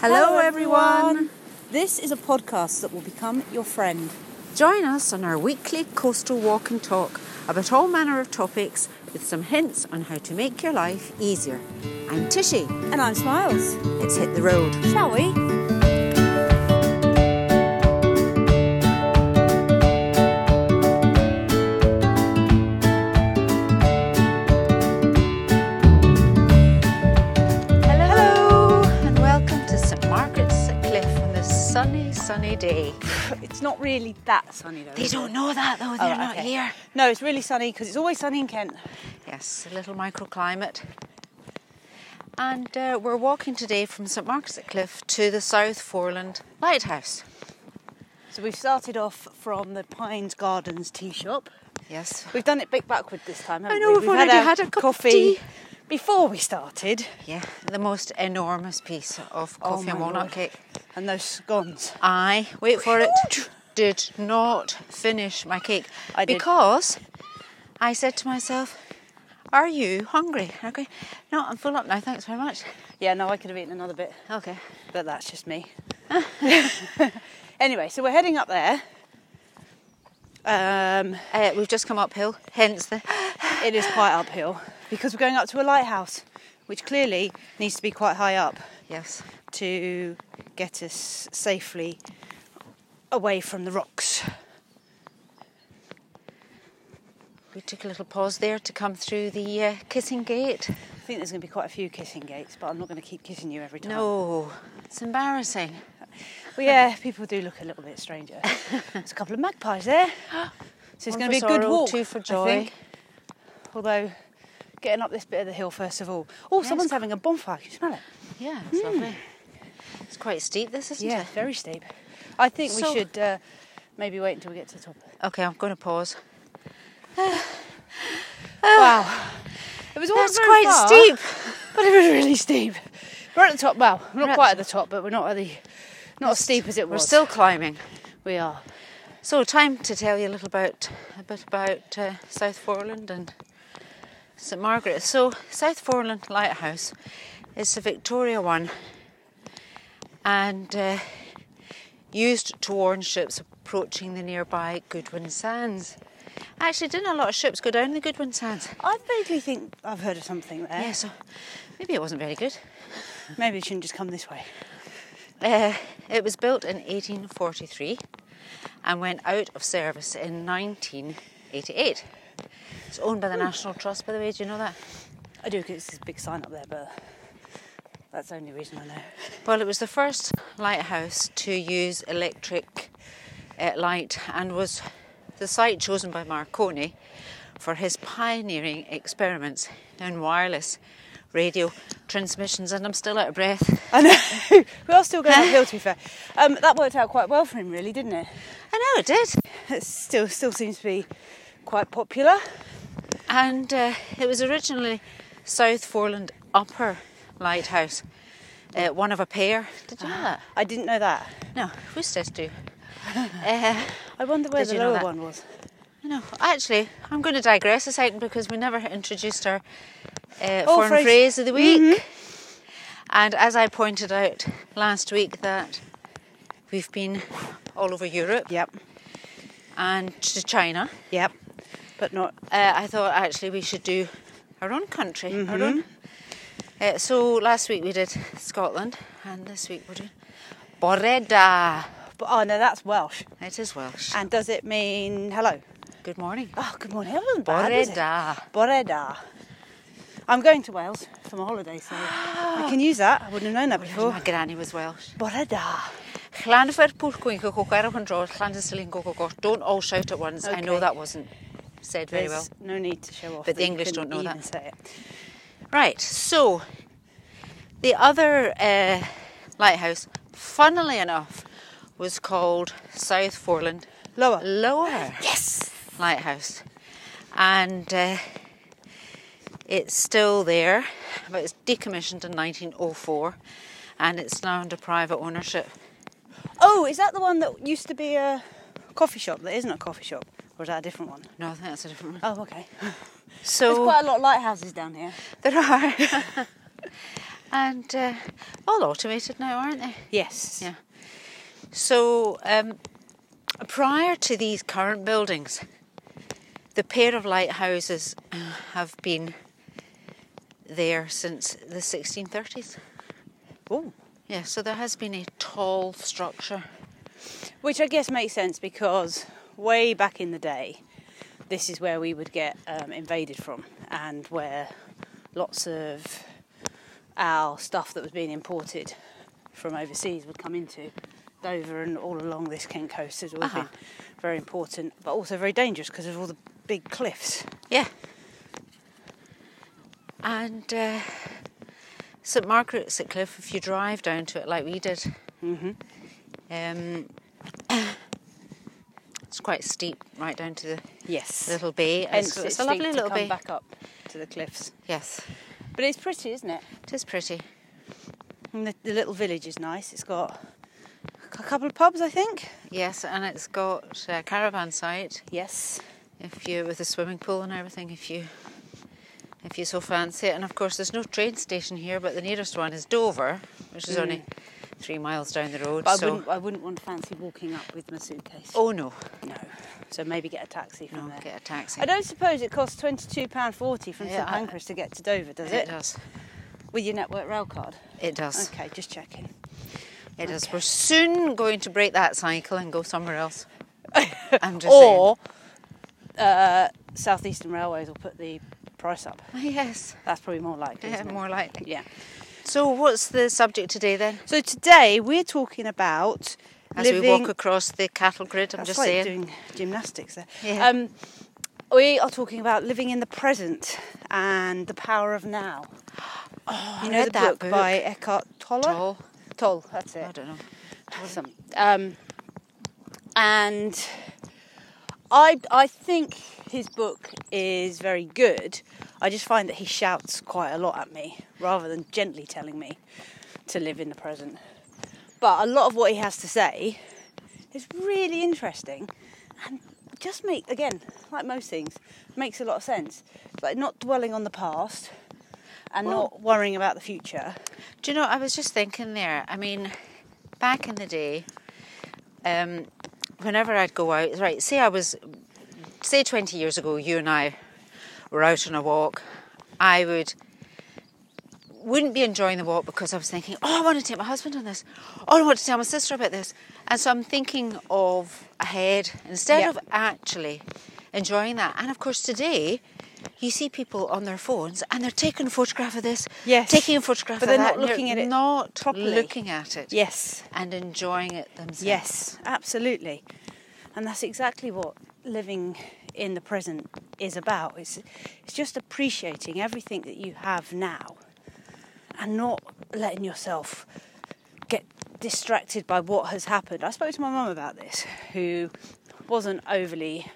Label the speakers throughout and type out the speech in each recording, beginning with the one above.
Speaker 1: Hello, everyone. This is a podcast that will become your friend.
Speaker 2: Join us on our weekly coastal walk and talk about all manner of topics with some hints on how to make your life easier. I'm Tishy.
Speaker 1: And I'm Smiles.
Speaker 2: Let's hit the road.
Speaker 1: Shall we?
Speaker 2: Hello, and welcome to St Margaret's at Cliff on this sunny, sunny day.
Speaker 1: It's not really that sunny though.
Speaker 2: They
Speaker 1: is it?
Speaker 2: don't know that though,
Speaker 1: Oh,
Speaker 2: they're not
Speaker 1: okay.
Speaker 2: here.
Speaker 1: No, it's really sunny because it's always sunny in Kent.
Speaker 2: Yes, a little microclimate. And uh, we're walking today from St Margaret's at Cliff to the South Foreland Lighthouse.
Speaker 1: So we've started off from the Pines Gardens tea shop.
Speaker 2: Yes,
Speaker 1: We've done it bit backward this time.
Speaker 2: I
Speaker 1: Haven't
Speaker 2: know,
Speaker 1: we?
Speaker 2: we've already
Speaker 1: our
Speaker 2: had a cup of
Speaker 1: coffee
Speaker 2: tea.
Speaker 1: before we started.
Speaker 2: yeah, the most enormous piece of
Speaker 1: Oh
Speaker 2: coffee and
Speaker 1: my
Speaker 2: walnut
Speaker 1: Lord.
Speaker 2: cake.
Speaker 1: And those scones.
Speaker 2: I, wait for it, did not finish my cake.
Speaker 1: I did.
Speaker 2: Because I said to myself, Are you hungry? And I go, No, I'm full up now, thanks very much.
Speaker 1: Yeah, no, I could have eaten another bit,
Speaker 2: Okay.
Speaker 1: but that's just me. anyway, so we're heading up there. Um,
Speaker 2: Uh, we've just come uphill, hence the.
Speaker 1: it is quite uphill because we're going up to a lighthouse, which clearly needs to be quite high up
Speaker 2: Yes.
Speaker 1: to get us safely away from the rocks.
Speaker 2: We took a little pause there to come through the uh, kissing gate.
Speaker 1: I think there's going to be quite a few kissing gates, but I'm not going to keep kissing you every time.
Speaker 2: No, it's embarrassing.
Speaker 1: Well, yeah, people do look a little bit strange. at us. There's a couple of magpies there. So it's
Speaker 2: One
Speaker 1: going to
Speaker 2: for
Speaker 1: be a good
Speaker 2: sorrow,
Speaker 1: walk.
Speaker 2: two for
Speaker 1: I
Speaker 2: joy.
Speaker 1: think. Although, getting up this bit of the hill first of all. Oh,
Speaker 2: Yes.
Speaker 1: someone's having a bonfire. Can you smell it?
Speaker 2: Yeah, it's lovely. It's quite steep, this, isn't
Speaker 1: Hmm. yeah,
Speaker 2: it?
Speaker 1: very steep. I think
Speaker 2: So-
Speaker 1: we should uh, maybe wait until we get to the top.
Speaker 2: Okay, I'm going to pause.
Speaker 1: wow. It was all
Speaker 2: That's quite steep.
Speaker 1: but it was really steep. We're at the top. Well, we're
Speaker 2: We're
Speaker 1: not
Speaker 2: at
Speaker 1: quite at
Speaker 2: the
Speaker 1: the top, but we're not at the not as steep as it
Speaker 2: We're
Speaker 1: was.
Speaker 2: still climbing.
Speaker 1: we are.
Speaker 2: So, time to tell you a little about a bit about uh, South Foreland and St Margaret. So, South Foreland Lighthouse is the Victoria one, and uh, used to warn ships approaching the nearby Goodwin Sands. Actually, didn't a lot of ships go down the Goodwin Sands?
Speaker 1: I vaguely think I've heard of something there.
Speaker 2: Yeah, so maybe it wasn't very good.
Speaker 1: Maybe it shouldn't just come this way.
Speaker 2: Uh, it was built in 1843 and went out of service in 1988. It's owned by the National Trust, by the way. Do you know that?
Speaker 1: I do because there's a big sign up there, but that's the only reason I know.
Speaker 2: Well, it was the first lighthouse to use electric uh, light and was the site chosen by Marconi for his pioneering experiments in wireless radio transmissions. And I'm still out of breath.
Speaker 1: I know. we are still going uphill, to be fair. Um, that worked out quite well for him, really, didn't it?
Speaker 2: I know it did.
Speaker 1: It still still seems to be quite popular.
Speaker 2: And uh, it was originally South Foreland Upper Lighthouse, uh, one of a pair. Did you know that?
Speaker 1: I didn't know that.
Speaker 2: No, who's says do? Uh,
Speaker 1: I wonder where
Speaker 2: Did
Speaker 1: the
Speaker 2: you know
Speaker 1: lower
Speaker 2: that?
Speaker 1: one was.
Speaker 2: no, actually, I'm going to digress a second because we never introduced our uh,
Speaker 1: Oh,
Speaker 2: foreign
Speaker 1: phrase.
Speaker 2: phrase. of the week. Mm-hmm. And as I pointed out last week, that we've been all over Europe
Speaker 1: Yep.
Speaker 2: and to China.
Speaker 1: Yep. But not
Speaker 2: uh, I thought actually we should do our own country, our own. Uh, so last week we did Scotland, and this week we're doing Boreda.
Speaker 1: But oh no, that's Welsh.
Speaker 2: It is Welsh.
Speaker 1: And does it mean hello?
Speaker 2: Good morning.
Speaker 1: Oh, good morning. That wasn't bad, was it?
Speaker 2: Boreda.
Speaker 1: Boreda. I'm going to Wales for my holiday, so I can use that. I wouldn't have known that before.
Speaker 2: My granny was Welsh.
Speaker 1: Boreda.
Speaker 2: Glanfer pwlcwyn cwcwcwera hwn drod, glandysylin gwgwgwch. Don't all shout at once. I know
Speaker 1: Okay.
Speaker 2: that wasn't said very well.
Speaker 1: There's no need to show off.
Speaker 2: But the
Speaker 1: that you
Speaker 2: English
Speaker 1: couldn't
Speaker 2: don't know
Speaker 1: even
Speaker 2: that.
Speaker 1: Say it.
Speaker 2: Right, so the other uh, lighthouse, funnily enough, was called South Foreland
Speaker 1: Lower.
Speaker 2: Lower.
Speaker 1: Yes.
Speaker 2: lighthouse, and uh, it's still there, but it's decommissioned in 1904, and it's now under private ownership.
Speaker 1: Oh, is that the one that used to be a coffee shop that isn't a coffee shop, or is that a different one?
Speaker 2: No, I think that's a different one.
Speaker 1: Oh, okay. There's
Speaker 2: So
Speaker 1: quite a lot of lighthouses down here.
Speaker 2: there are, and uh, all automated now, aren't they?
Speaker 1: Yes.
Speaker 2: Yeah. So um, prior to these current buildings, the pair of lighthouses uh, have been there since the 1630s.
Speaker 1: Oh.
Speaker 2: Yeah, so there has been a tall structure.
Speaker 1: Which I guess makes sense because way back in the day, this is where we would get um, invaded from and where lots of our stuff that was being imported from overseas would come into. Dover and all along this Kent coast has always
Speaker 2: Uh-huh.
Speaker 1: been very important, but also very dangerous because of all the big cliffs.
Speaker 2: Yeah. And uh, St Margaret's at Cliff, if you drive down to it like we did,
Speaker 1: Mm-hmm.
Speaker 2: um, it's quite steep right down to the
Speaker 1: Yes.
Speaker 2: little bay.
Speaker 1: Hence,
Speaker 2: It's,
Speaker 1: it's,
Speaker 2: it's a lovely
Speaker 1: steep to
Speaker 2: little
Speaker 1: come
Speaker 2: bay.
Speaker 1: back up to the cliffs.
Speaker 2: Yes,
Speaker 1: But it's pretty, isn't it?
Speaker 2: it is pretty.
Speaker 1: And the, the little village is nice. It's got a couple of pubs, I think.
Speaker 2: Yes, and it's got a caravan site
Speaker 1: Yes.
Speaker 2: if you with a swimming pool and everything. If you if you so fancy it, and of course there's no train station here, but the nearest one is Dover, which is only three miles down the road.
Speaker 1: Mm. But I
Speaker 2: so
Speaker 1: wouldn't. I wouldn't want to fancy walking up with my suitcase.
Speaker 2: oh no,
Speaker 1: no. So maybe get a taxi from
Speaker 2: no,
Speaker 1: there.
Speaker 2: get a taxi.
Speaker 1: I don't suppose it costs twenty-two pound forty from
Speaker 2: Yeah,
Speaker 1: St
Speaker 2: I-
Speaker 1: Pancras to get to Dover, does
Speaker 2: It
Speaker 1: it?
Speaker 2: does.
Speaker 1: With your network rail card.
Speaker 2: It does.
Speaker 1: Okay, just checking.
Speaker 2: It does. We're soon going to break that cycle and go somewhere else. I'm just
Speaker 1: Or uh, Southeastern Railways will put the price up.
Speaker 2: saying. Yes,
Speaker 1: That's probably more likely.
Speaker 2: yeah,
Speaker 1: isn't it?
Speaker 2: more likely.
Speaker 1: Yeah.
Speaker 2: So, what's the subject today then?
Speaker 1: So today we're talking about
Speaker 2: As
Speaker 1: living.
Speaker 2: we walk across the cattle grid, I'm
Speaker 1: That's
Speaker 2: just
Speaker 1: like
Speaker 2: saying.
Speaker 1: doing gymnastics there.
Speaker 2: Yeah.
Speaker 1: Um, we are talking about living in the present and the power of now. Oh, you know
Speaker 2: read
Speaker 1: the
Speaker 2: that
Speaker 1: book, by Eckhart Tolle.
Speaker 2: Tolle.
Speaker 1: Tolle, that's
Speaker 2: I
Speaker 1: it.
Speaker 2: don't know.
Speaker 1: Some- Um, and I, I think his book is very good. I just find that he shouts quite a lot at me rather than gently telling me to live in the present. But a lot of what he has to say is really interesting and just make, again, like most things, makes a lot of sense. It's like not dwelling on the past and not worrying about the future.
Speaker 2: Do you know, I was just thinking there. I mean, back in the day, um, whenever I'd go out, right, say I was, say 20 years ago, you and I were out on a walk, I would, wouldn't be enjoying the walk because I was thinking, oh, I want to take my husband on this. Oh, I want to tell my sister about this. And so I'm thinking of ahead instead
Speaker 1: Yeah.
Speaker 2: of actually enjoying that. And of course, today, you see people on their phones and they're taking a photograph of this,
Speaker 1: Yes.
Speaker 2: taking a photograph
Speaker 1: But
Speaker 2: of
Speaker 1: they're
Speaker 2: that,
Speaker 1: not
Speaker 2: and they're
Speaker 1: looking at it
Speaker 2: not
Speaker 1: properly.
Speaker 2: looking at it
Speaker 1: Yes.
Speaker 2: and enjoying it themselves.
Speaker 1: Yes, absolutely. And that's exactly what living in the present is about. It's, it's just appreciating everything that you have now and not letting yourself get distracted by what has happened. I spoke to my mum about this, who wasn't overly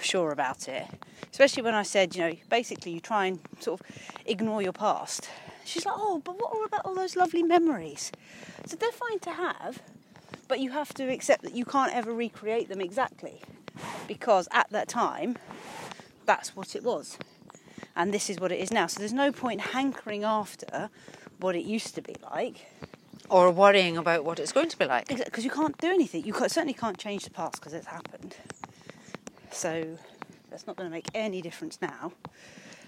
Speaker 1: sure about it, especially when I said, you know, basically you try and sort of ignore your past. She's like, oh, but what about all those lovely memories? So they're fine to have, but you have to accept that you can't ever recreate them exactly because at that time, that's what it was. And this is what it is now. So there's no point hankering after what it used to be like
Speaker 2: Or worrying about what it's going to be like.
Speaker 1: because you can't do anything. You ca- certainly can't change the past because it's happened. So that's not going to make any difference now.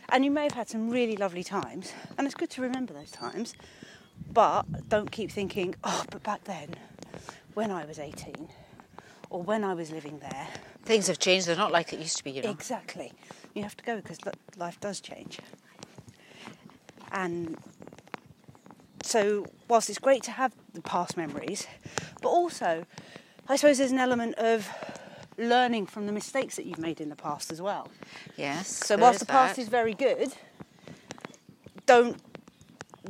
Speaker 1: And you may have had some really lovely times, and it's good to remember those times. But don't keep thinking, oh, but back then, when I was 18, or when I was living there.
Speaker 2: Things have changed. They're not like it used to be, you know.
Speaker 1: Exactly. You have to go because life does change. And so, whilst it's great to have the past memories, but also, I suppose there's an element of learning from the mistakes that you've made in the past as well.
Speaker 2: Yes.
Speaker 1: So,
Speaker 2: there
Speaker 1: whilst
Speaker 2: is
Speaker 1: the past
Speaker 2: that.
Speaker 1: is very good, don't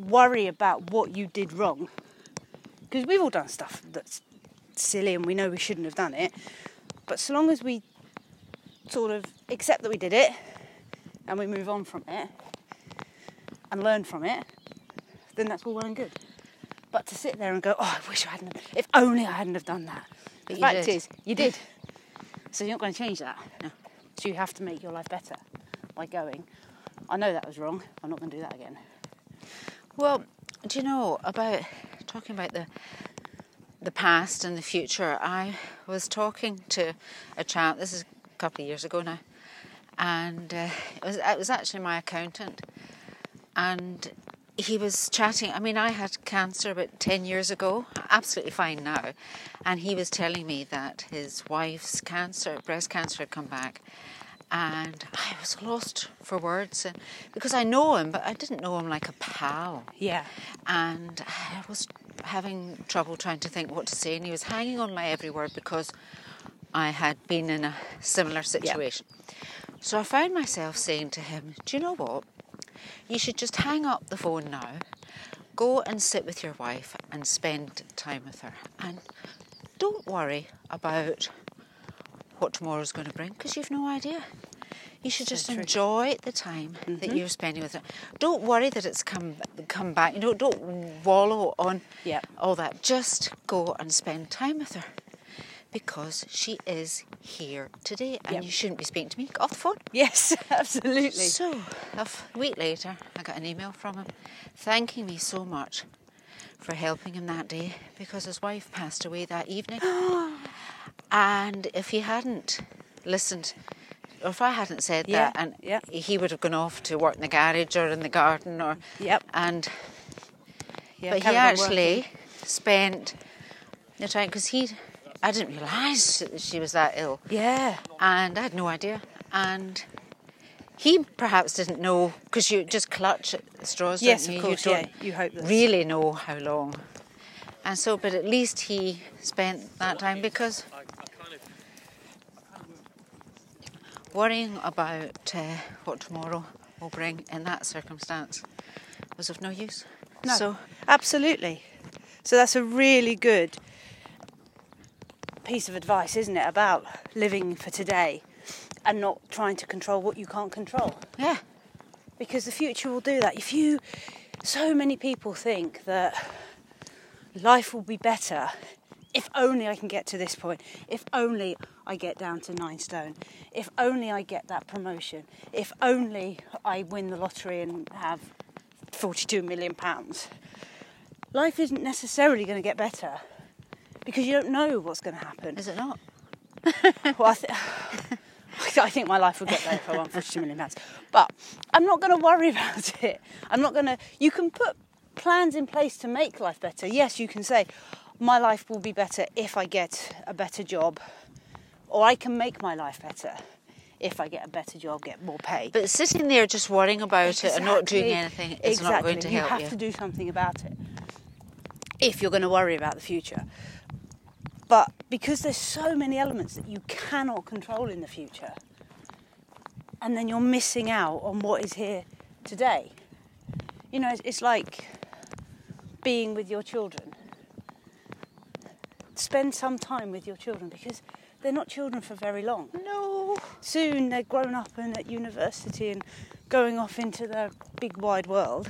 Speaker 1: worry about what you did wrong. Because we've all done stuff that's silly and we know we shouldn't have done it. But so long as we sort of accept that we did it and we move on from it and learn from it, then that's all well and good. But to sit there and go, oh, I wish I hadn't, if only I hadn't have done that.
Speaker 2: But
Speaker 1: the
Speaker 2: you
Speaker 1: fact
Speaker 2: did.
Speaker 1: is, you did. So you're not going to change that. So you have to make your life better by going, I know that was wrong, I'm not going to do that again.
Speaker 2: Well, do you know about talking about the the past and the future? I was talking to a chap. This is a couple of years ago now, and uh, it was it was actually my accountant, and he was chatting. I mean, I had cancer about ten years ago. Absolutely fine now, and he was telling me that his wife's cancer, breast cancer, had come back, and I was lost for words and, because I know him, but I didn't know him like a pal.
Speaker 1: Yeah.
Speaker 2: And I was having trouble trying to think what to say, and he was hanging on my every word because I had been in a similar situation. So I found myself saying to him, Do you know what? You should just hang up the phone now, go and sit with your wife and spend time with her. And don't worry about what tomorrow's going to bring because you've no idea. You should just enjoy the time
Speaker 1: Mm-hmm.
Speaker 2: that you're spending with her. Don't worry that it's come come back. You know, don't wallow on
Speaker 1: Yep.
Speaker 2: all that. Just go and spend time with her because she is here today, and
Speaker 1: Yep.
Speaker 2: you shouldn't be speaking to me. Get off the phone.
Speaker 1: Yes, absolutely.
Speaker 2: So, a f- week later, I got an email from him thanking me so much for helping him that day because his wife passed away that evening. and if he hadn't listened, or if I hadn't said
Speaker 1: Yeah,
Speaker 2: that, and
Speaker 1: yeah.
Speaker 2: he would have gone off to work in the garage or in the garden, or
Speaker 1: Yep.
Speaker 2: And
Speaker 1: Yeah,
Speaker 2: but he
Speaker 1: carried on
Speaker 2: actually
Speaker 1: working.
Speaker 2: spent the time because he, I didn't realise that she was that ill
Speaker 1: Yeah.
Speaker 2: and I had no idea. And he perhaps didn't know because you just clutch at straws.
Speaker 1: Yes,
Speaker 2: don't
Speaker 1: of
Speaker 2: you?
Speaker 1: course,
Speaker 2: You
Speaker 1: yeah,
Speaker 2: don't
Speaker 1: you hope that's-
Speaker 2: really know how long. And so, but at least he spent that time because worrying about uh, what tomorrow will bring in that circumstance was of no use.
Speaker 1: No,
Speaker 2: So
Speaker 1: absolutely. So that's a really good piece of advice, isn't it, about living for today and not trying to control what you can't control.
Speaker 2: yeah,
Speaker 1: Because the future will do that. If you, so many people think that life will be better if only I can get to this point, if only I get down to nine stone, if only I get that promotion, if only I win the lottery and have 42 million pounds. Life isn't necessarily going to get better because you don't know what's going to happen.
Speaker 2: is it not?
Speaker 1: Well, I, th- I think my life will get there if I won 42 million pounds. But I'm not going to worry about it. I'm not going to. You can put plans in place to make life better. Yes, you can say, my life will be better if I get a better job, or I can make my life better if I get a better job, get more pay.
Speaker 2: But sitting there just worrying about it and not doing
Speaker 1: Exactly.
Speaker 2: anything is not going to
Speaker 1: Exactly.
Speaker 2: help
Speaker 1: You have to do something about it if you're going to worry about the future. But because there's so many elements that you cannot control in the future, and then you're missing out on what is here today. You know, it's, it's like being with your children. Spend some time with your children because they're not children for very long
Speaker 2: No.
Speaker 1: soon they're grown up and at university and going off into the big wide world.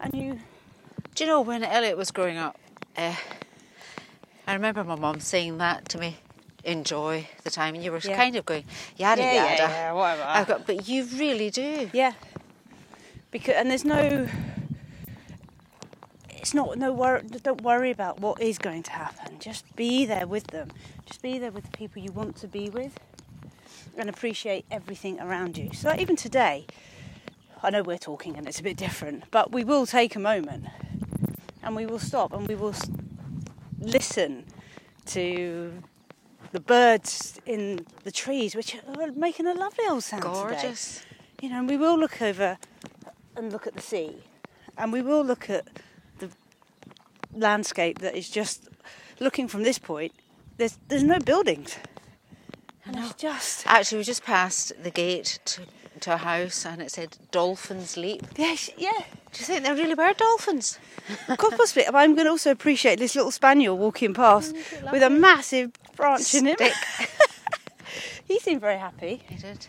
Speaker 1: And you,
Speaker 2: Do you know when Elliot was growing up? Uh, I remember my mum saying that to me. Enjoy the time, and you were
Speaker 1: Yeah.
Speaker 2: kind of going, yada
Speaker 1: Yeah, yeah,
Speaker 2: yada.
Speaker 1: yeah, whatever.
Speaker 2: I've got, but you really do.
Speaker 1: yeah, because and there's no, it's not no wor- Don't worry about what is going to happen. Just be there with them. Just be there with the people you want to be with, and appreciate everything around you. So even today, I know we're talking and it's a bit different, but we will take a moment and we will stop and we will s- listen to the birds in the trees, which are making a lovely old sound. today.
Speaker 2: Gorgeous.
Speaker 1: You know, and we will look over and look at the sea and we will look at the landscape that is just looking from this point. There's, there's no buildings. And it's just.
Speaker 2: Actually, we just passed the gate to, to a house, and it said dolphins leap. Do
Speaker 1: Yes, yeah.
Speaker 2: you think there really were dolphins?
Speaker 1: God possibly. But I'm going to also appreciate this little spaniel walking past with a massive branch in him.
Speaker 2: Stick.
Speaker 1: he seemed very happy,
Speaker 2: They did.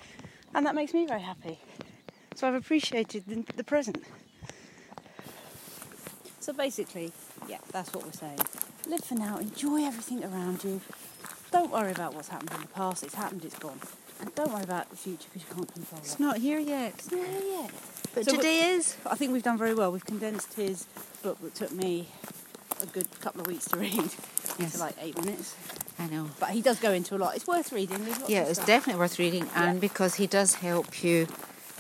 Speaker 1: and that makes me very happy. So I've appreciated the, the present. So basically, yeah, that's what we're saying. Live for now, enjoy everything around you. Don't worry about what's happened in the past, it's happened, it's gone. And don't worry about the future because you can't control it.
Speaker 2: not here yet.
Speaker 1: It's not here yet. But
Speaker 3: So we-
Speaker 1: today is. I think we've done very well. We've condensed his book that took me a good couple of weeks to read
Speaker 2: Yes.
Speaker 1: to like eight minutes.
Speaker 2: I know.
Speaker 1: But he does go into a lot. It's worth reading. There's lots
Speaker 2: Yeah,
Speaker 1: of
Speaker 2: it's
Speaker 1: stuff.
Speaker 2: definitely worth reading, and
Speaker 1: Yeah.
Speaker 2: because he does help you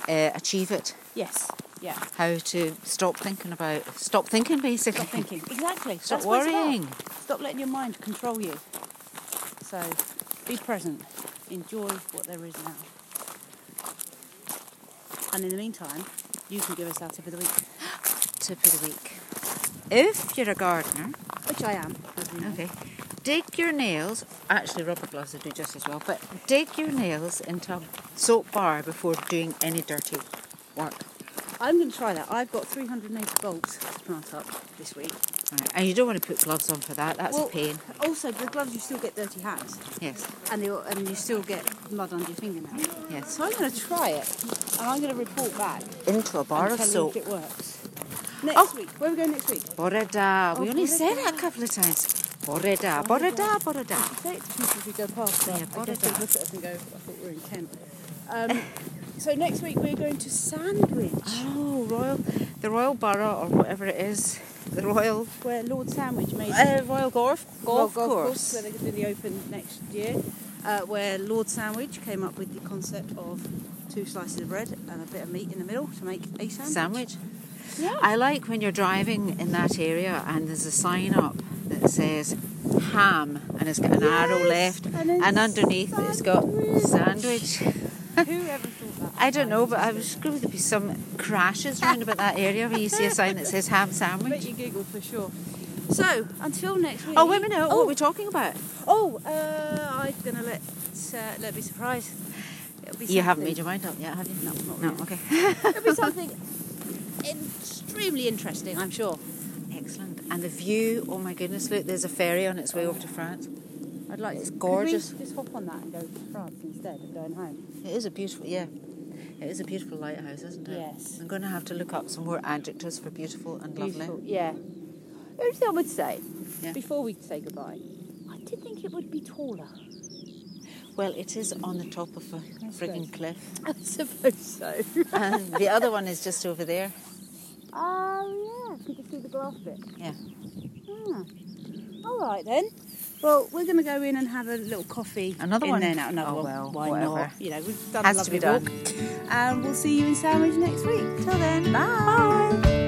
Speaker 2: uh, achieve it,
Speaker 1: Yes. Yeah.
Speaker 2: how to stop thinking about, stop thinking basically,
Speaker 1: Stop thinking. Exactly.
Speaker 2: stop
Speaker 1: That's what it's about.
Speaker 2: worrying.
Speaker 1: Stop letting your mind control you. So be present. Enjoy what there is now. And in the meantime, you can give us our tip of the week,
Speaker 2: Tip of the week: If you're a gardener,
Speaker 1: which I am. as we know.
Speaker 2: Okay. Dig your nails. Actually, rubber gloves would do just as well. But dig your nails into a soap bar before doing any dirty work.
Speaker 1: I'm going to try that. I've got 380 bolts to plant up this week.
Speaker 2: Right. And you don't want to put gloves on for that. That's
Speaker 1: Well,
Speaker 2: a pain.
Speaker 1: Also, the gloves, you still get dirty hands
Speaker 2: Yes.
Speaker 1: and, you and you still get mud under your fingernails.
Speaker 2: Yes.
Speaker 1: So I'm going to try it and I'm going to report back
Speaker 2: Into a bar
Speaker 1: and
Speaker 2: of
Speaker 1: tell
Speaker 2: soap.
Speaker 1: you if it works. Next
Speaker 2: Oh.
Speaker 1: week. Where are we going next week?
Speaker 2: Borada. We
Speaker 1: Oh,
Speaker 2: only said
Speaker 1: borada.
Speaker 2: that a couple of times. Borada. Borada. Borada.
Speaker 1: I say it to people as we go past, but
Speaker 2: Yeah,
Speaker 1: I guess
Speaker 2: Borada.
Speaker 1: they look at us and go, I thought we were in Kent. Um, so next week we're going to Sandwich,
Speaker 2: Oh, royal. The royal borough or whatever it is. The royal.
Speaker 1: where Lord Sandwich made
Speaker 2: Uh, royal golf
Speaker 1: Well,
Speaker 2: golf,
Speaker 1: where
Speaker 2: course.
Speaker 1: they're going to do the Open next year, uh, where Lord Sandwich came up with the concept of two slices of bread and a bit of meat in the middle to make a sandwich.
Speaker 2: Sandwich.
Speaker 1: Yeah.
Speaker 2: I like when you're driving in that area and there's a sign up that says ham and it's got an arrow
Speaker 1: Yes,
Speaker 2: left
Speaker 1: and
Speaker 2: and,
Speaker 1: then
Speaker 2: underneath it's got sandwich.
Speaker 1: Whoever thought that?
Speaker 2: I don't know, but I was going there'd be some crashes round about that area where you see a sign that says ham
Speaker 1: I bet
Speaker 2: sandwich.
Speaker 1: you giggle for sure. So until next week.
Speaker 2: Oh, wait a minute, what
Speaker 1: Oh,
Speaker 2: are we talking about?
Speaker 1: oh, uh, I'm gonna let uh, let me surprise. It'll be
Speaker 2: You haven't
Speaker 1: something-
Speaker 2: made your mind up yet, have you?
Speaker 1: No, not
Speaker 2: No,
Speaker 1: really.
Speaker 2: okay.
Speaker 1: It'll be something extremely interesting, I'm sure.
Speaker 2: Excellent. And the view, oh my goodness, look, there's a ferry on its way over to France.
Speaker 1: I'd like.
Speaker 2: It's
Speaker 1: to- could we
Speaker 2: gorgeous.
Speaker 1: just hop on that and go to France instead of going home.
Speaker 2: It is a beautiful, yeah. It is a beautiful lighthouse, isn't it?
Speaker 1: Yes.
Speaker 2: I'm going to have to look up some more adjectives for beautiful and lovely.
Speaker 1: Beautiful, Yeah. The only thing I would say
Speaker 2: Yeah.
Speaker 1: before we say goodbye, I did think it would be taller.
Speaker 2: Well, it is on the top of a frigging cliff,
Speaker 1: I suppose so.
Speaker 2: and the other one is just over there.
Speaker 1: Oh yeah, you can see the glass bit.
Speaker 2: Yeah.
Speaker 1: Ah. All right then. Well, we're going to go in and have a little coffee.
Speaker 2: Another
Speaker 1: in
Speaker 2: one?
Speaker 1: There now. Another
Speaker 2: Oh,
Speaker 1: one.
Speaker 2: well,
Speaker 1: Why
Speaker 2: whatever.
Speaker 1: not? You know, we've done
Speaker 2: Has
Speaker 1: a
Speaker 2: to be
Speaker 1: lovely walk, and we'll see you in Sandwich next week. Till then, bye.